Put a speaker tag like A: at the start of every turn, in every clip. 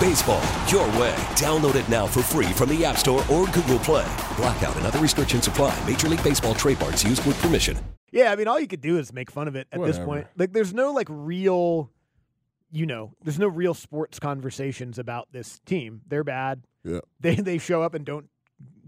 A: Baseball, your way. Download it now for free from the App Store or Google Play. Blackout and other restrictions apply. Major League Baseball trademarks used with permission.
B: Yeah, I mean, all you could do is make fun of it at this
C: Whatever.
B: point. Like, there's no like real, you know, there's no real sports conversations about this team. They're bad.
C: Yeah.
B: They they show up and don't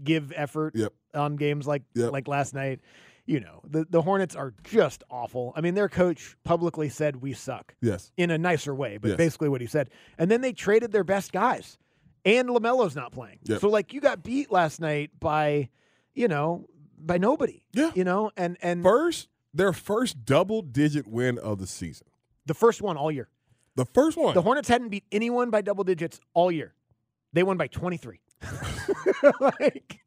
B: give effort
C: Yep.
B: on games like
C: Yep.
B: like last night. You know, the the Hornets are just awful. I mean, their coach publicly said we suck
C: Yes.
B: in a nicer way, but
C: Yes.
B: basically what he said. And then they traded their best guys, and Lamelo's not playing.
C: Yep.
B: So like, you got beat last night by, you know, by nobody.
C: Yeah.
B: You know, and and
C: First, their first double digit win of the season.
B: the first one all year.
C: The first one.
B: The Hornets hadn't beat anyone by double digits all year. They won by 23. like,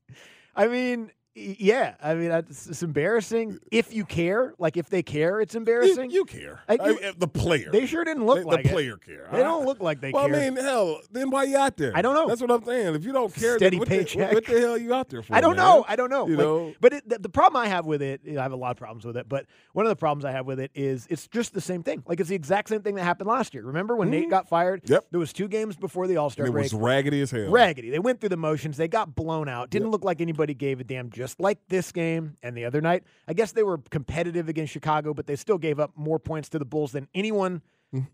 B: I mean, y- yeah. I mean, it's, it's embarrassing if you care. Like, if they care, it's
C: you,
B: embarrassing.
C: you care.
B: Like,
C: I
B: you-
C: mean, the player.
B: they sure didn't look
C: They-
B: like
C: the
B: it.
C: player care.
B: They don't look like they
C: well,
B: care.
C: I mean, hell, then why you out there?
B: I don't know.
C: That's what I'm saying. If you don't care,
B: Steady
C: then what
B: paycheck.
C: The, what the hell you out there for?
B: I don't
C: man?
B: know. I don't know.
C: You
B: Like,
C: know?
B: But it, the, the problem I have with it, you know, I have a lot of problems with it. But one of the problems I have with it is it's just the same thing. Like it's the exact same thing that happened last year. Remember when Nate got fired?
C: Mm-hmm. Yep.
B: There was two games before the All
C: And
B: Star
C: it
B: break.
C: was raggedy as hell.
B: raggedy. They went through the motions. They got blown out. Didn't look like anybody gave a damn. Just like this game and the other night. I guess they were competitive against Chicago, but they still gave up more points to the Bulls than anyone
C: Mm-hmm.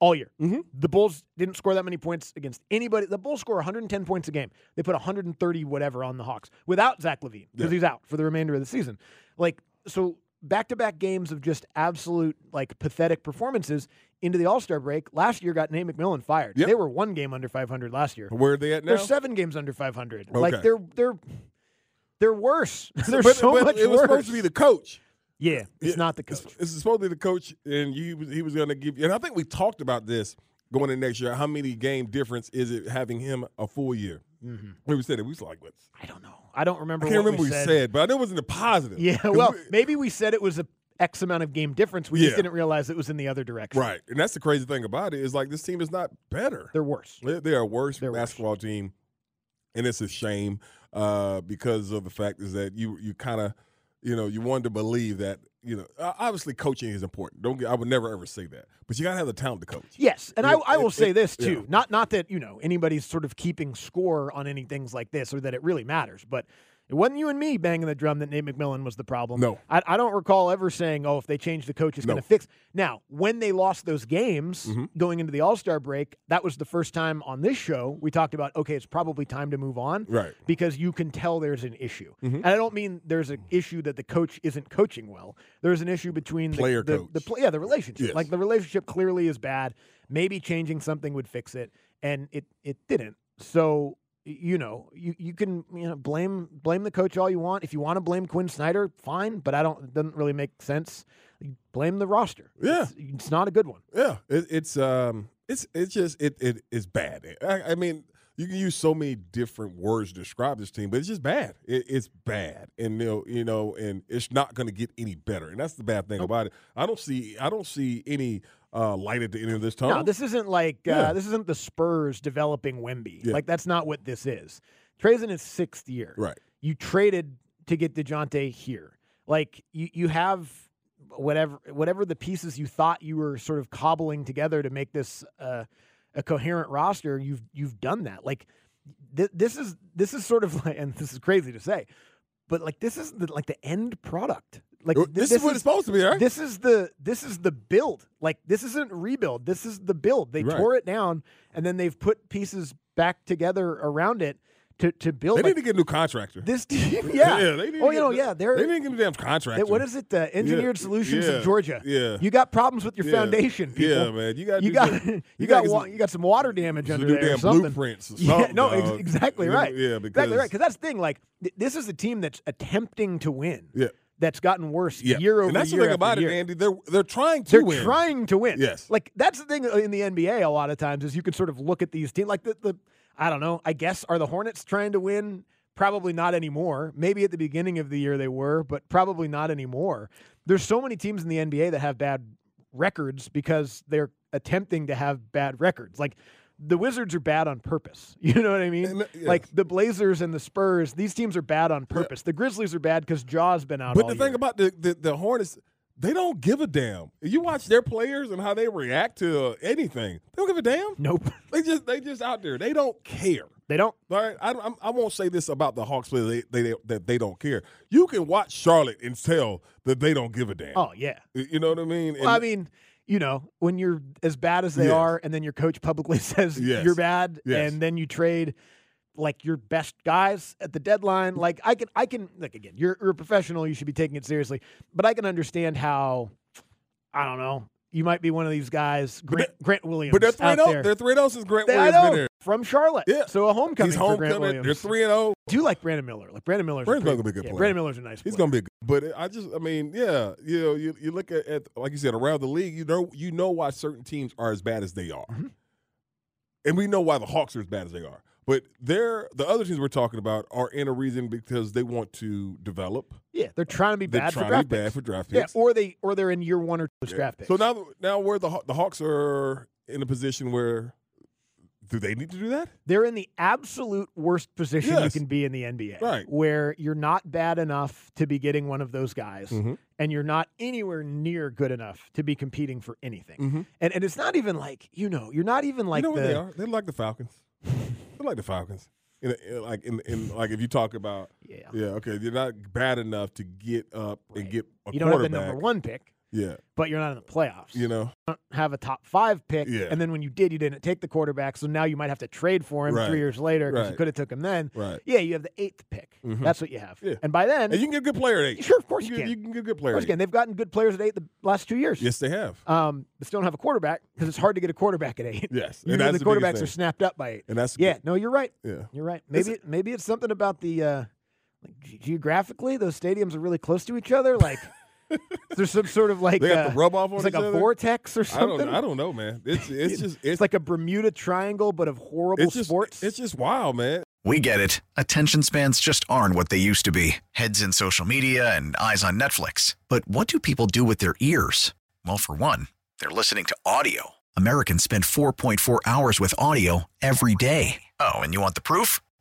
B: all year. The Bulls didn't score that many points against anybody. The Bulls score 110 points a game. They put 130 whatever on the Hawks without Zach Levine because
C: Yeah.
B: he's out for the remainder of the season. Like so. Back to back games of just absolute, like, pathetic performances into the All Star break. Last year got Nate McMillan fired.
C: Yep.
B: They were one game under 500 last year.
C: Where are they at now?
B: They're seven games under 500. Like
C: Okay.
B: they're they're they're worse. they're
C: But-
B: so
C: but
B: much
C: It was
B: worse.
C: supposed to be the coach.
B: yeah, it's
C: Yeah,
B: not the
C: it's-
B: coach.
C: It's, supposed to be the coach, and you he was going to give you. And I think we talked about this going into next year. How many game difference is it having him a full year? We said it. We was like, what?
B: I don't know. I don't
C: I
B: remember.
C: can't
B: Mm-hmm. what
C: remember
B: we
C: what we said, but I know it was in the positive.
B: Yeah.
C: 'Cause
B: Well,
C: we-
B: maybe we said it was a X amount of game difference. We just
C: Yeah.
B: didn't realize it was in the other direction.
C: right, and that's the crazy thing about it is like this team is not better.
B: They're worse.
C: They're, they're a worse
B: They're worse.
C: basketball team, and it's a shame uh, because of the fact is that you you kind of you know you wanted to believe that you know o- obviously coaching is important. Don't get, I would never ever say that, but you got to have the talent to coach.
B: Yes, and I,
C: It-
B: I will
C: it-
B: say
C: it-
B: this too.
C: yeah.
B: Not not that you know anybody's sort of keeping score on any things like this or that it really matters, but it wasn't you and me banging the drum that Nate McMillan was the problem.
C: No.
B: I, I don't recall ever saying, "Oh, if they change the coach, it's
C: No. Mm-hmm.
B: going to fix." Now, when they lost those games going into the All Star break, that was the first time on this show we talked about. Okay, it's probably time to move on,
C: Right.
B: Because you can tell there's an issue,
C: Mm-hmm.
B: and I don't mean there's an issue that the coach isn't coaching well. There's an issue between the-
C: Player
B: the,
C: coach.
B: the, pla- yeah, the relationship.
C: Yes.
B: Like the relationship clearly is bad. Maybe changing something would fix it, and it it didn't. So y- you know, you, you can you know blame blame the coach all you want. If you want to blame Quinn Snyder, fine, but I don't. It doesn't really make sense. Blame the roster.
C: Yeah.
B: it's, it's not a good one.
C: Yeah, it, it's um, it's it's just it it is bad. I, I mean, you can use so many different words to describe this team, but it's just bad. It, it's bad, and you know, you know, and it's not going to get any better. And that's the bad thing about it. I don't see I don't see any uh, light at the end of this tunnel.
B: No, this isn't like uh,
C: Yeah.
B: this isn't the Spurs developing Wemby.
C: Yeah.
B: Like that's not what this is. Trey's in his sixth year.
C: right.
B: you traded to get DeJounte here. Like you, you have whatever whatever the pieces you thought you were sort of cobbling together to make this uh, a coherent roster. You've you've done that. Like th- this is this is sort of like, and this is crazy to say, but like this is the, like the end product. Like th-
C: this, is what it's supposed to be, right?
B: this is the this is the build. Like this isn't rebuild. This is the build. They
C: Right.
B: tore it down and then they've put pieces back together around it to to build
C: They
B: like,
C: need to get a new contractor.
B: this team. Yeah.
C: they need
B: oh,
C: to
B: you
C: get
B: know,
C: the-
B: yeah. They're
C: they need to get a damn contractor.
B: they- what is it? The engineered solutions
C: yeah,
B: of Georgia.
C: yeah.
B: You got problems with your
C: Yeah,
B: foundation, people.
C: Yeah, man. You got
B: You got you, got wa- you got some water damage
C: some
B: under
C: new
B: there. or
C: damn
B: something.
C: blueprints. Or
B: Yeah,
C: something,
B: no, ex-
C: dog.
B: exactly
C: You know,
B: right.
C: Yeah, because
B: exactly right. Because that's the thing. Like th- this is a team that's attempting to win.
C: Yeah.
B: That's gotten worse
C: yeah.
B: year over
C: and that's
B: year.
C: the thing about
B: after year.
C: it, Andy. They're they're trying to
B: They're
C: win.
B: trying to win.
C: Yes.
B: Like that's the thing in the NBA. A lot of times is you can sort of look at these teams like the, the I don't know. I guess are the Hornets trying to win? Probably not anymore. Maybe at the beginning of the year they were, but probably not anymore. There's so many teams in the NBA that have bad records because they're attempting to have bad records. Like the Wizards are bad on purpose. You know what I mean?
C: And, uh, yeah.
B: Like the Blazers and the Spurs, these teams are bad on purpose. The Grizzlies are bad because Jaw's been out.
C: But
B: all
C: the
B: year.
C: thing about the, the the Hornets, they don't give a damn. You watch their players and how they react to uh, anything. They don't give a damn.
B: nope,
C: They just they just out there. They don't care.
B: they don't.
C: All right, I, I'm- I won't say this about the Hawks players they, they, that they don't care. You can watch Charlotte and tell that they don't give a damn.
B: Oh yeah.
C: You know what I mean?
B: Well, I
C: And-
B: mean, you know, when you're as bad as they
C: Yes.
B: are, and then your coach publicly says
C: Yes.
B: you're bad,
C: Yes.
B: and then you trade like your best guys at the deadline. Like I can, I can, like again, you're, you're a professional, you should be taking it seriously. But I can understand how, I don't know, you might be one of these guys, Grant, Grant Williams,
C: but they're three
B: out
C: and zero.
B: there.
C: They're three and zero since Grant
B: They- I
C: Williams
B: know,
C: been there.
B: from Charlotte,
C: Yeah.
B: so a homecoming.
C: He's
B: for Grant
C: homecoming. They're
B: Williams.
C: three and oh. zero.
B: Do you like Brandon Miller? Like Brandon Miller's
C: Brandon's
B: a
C: gonna be a good
B: yeah,
C: player.
B: Brandon Miller's a nice.
C: He's
B: player.
C: gonna be good. But I just, I mean, yeah, you know, you, you look at, at like you said around the league, you know, you know why certain teams are as bad as they are,
B: Mm-hmm.
C: and we know why the Hawks are as bad as they are. But they're the other teams we're talking about are in a reason because they want to develop.
B: Yeah, they're trying to be
C: They're
B: bad for
C: trying to
B: draft
C: be bad
B: picks.
C: for draft
B: Yeah,
C: picks.
B: or they or they're in year one or two draft picks.
C: So now, now where the Haw- the Hawks are in a position where do they need to do that?
B: they're in the absolute worst position
C: Yes.
B: you can be in the NBA,
C: Right.
B: Where you're not bad enough to be getting one of those guys,
C: Mm-hmm.
B: and you're not anywhere near good enough to be competing for anything. And and it's not even like you know, you're not even Mm-hmm. like
C: Mm. you know
B: the
C: what they are? They're like the Falcons. They're like the Falcons. In, in, like in, in like if you talk about
B: Yeah.
C: yeah okay you're not bad enough to get up and get a
B: you don't have the
C: quarterback
B: number one pick,
C: yeah
B: but you're not in the playoffs.
C: you know
B: don't have a top five pick,
C: Yeah.
B: and then when you did, you didn't take the quarterback, so now you might have to trade for him
C: Right.
B: three years later because you
C: Right.
B: could have took him then.
C: Right.
B: Yeah, you have the eighth pick.
C: Mhm.
B: That's what you have,
C: Yeah.
B: and by then,
C: and you can get a good player at eight
B: sure, of course you,
C: you,
B: can.
C: you can get a good player
B: of course
C: at
B: you can. They've gotten good players at eight the last two years.
C: eight. yes they have
B: Um, but still don't have a quarterback because it's hard to get a quarterback at eight.
C: yes
B: Usually
C: and that's
B: the
C: biggest
B: quarterbacks are
C: thing.
B: snapped up by eight.
C: and that's
B: Yeah, no, you're right.
C: yeah
B: You're right.
C: It's-
B: Maybe it, maybe it's something about the uh, like ge- geographically those stadiums are really close to each other. Like there's some sort of like
C: they have
B: uh,
C: to rub off on
B: it's like
C: each
B: a
C: other.
B: vortex or
C: I
B: something.
C: don't I don't know man it's it's just it's,
B: It's like a Bermuda Triangle, but of horrible
C: it's just
B: sports.
C: it's just wild man
D: We get it. Attention spans just aren't what they used to be heads in social media and eyes on Netflix. But what do people do with their ears? Well, for one, they're listening to audio. Americans spend 4.4 hours with audio every day. Oh, and you want the proof?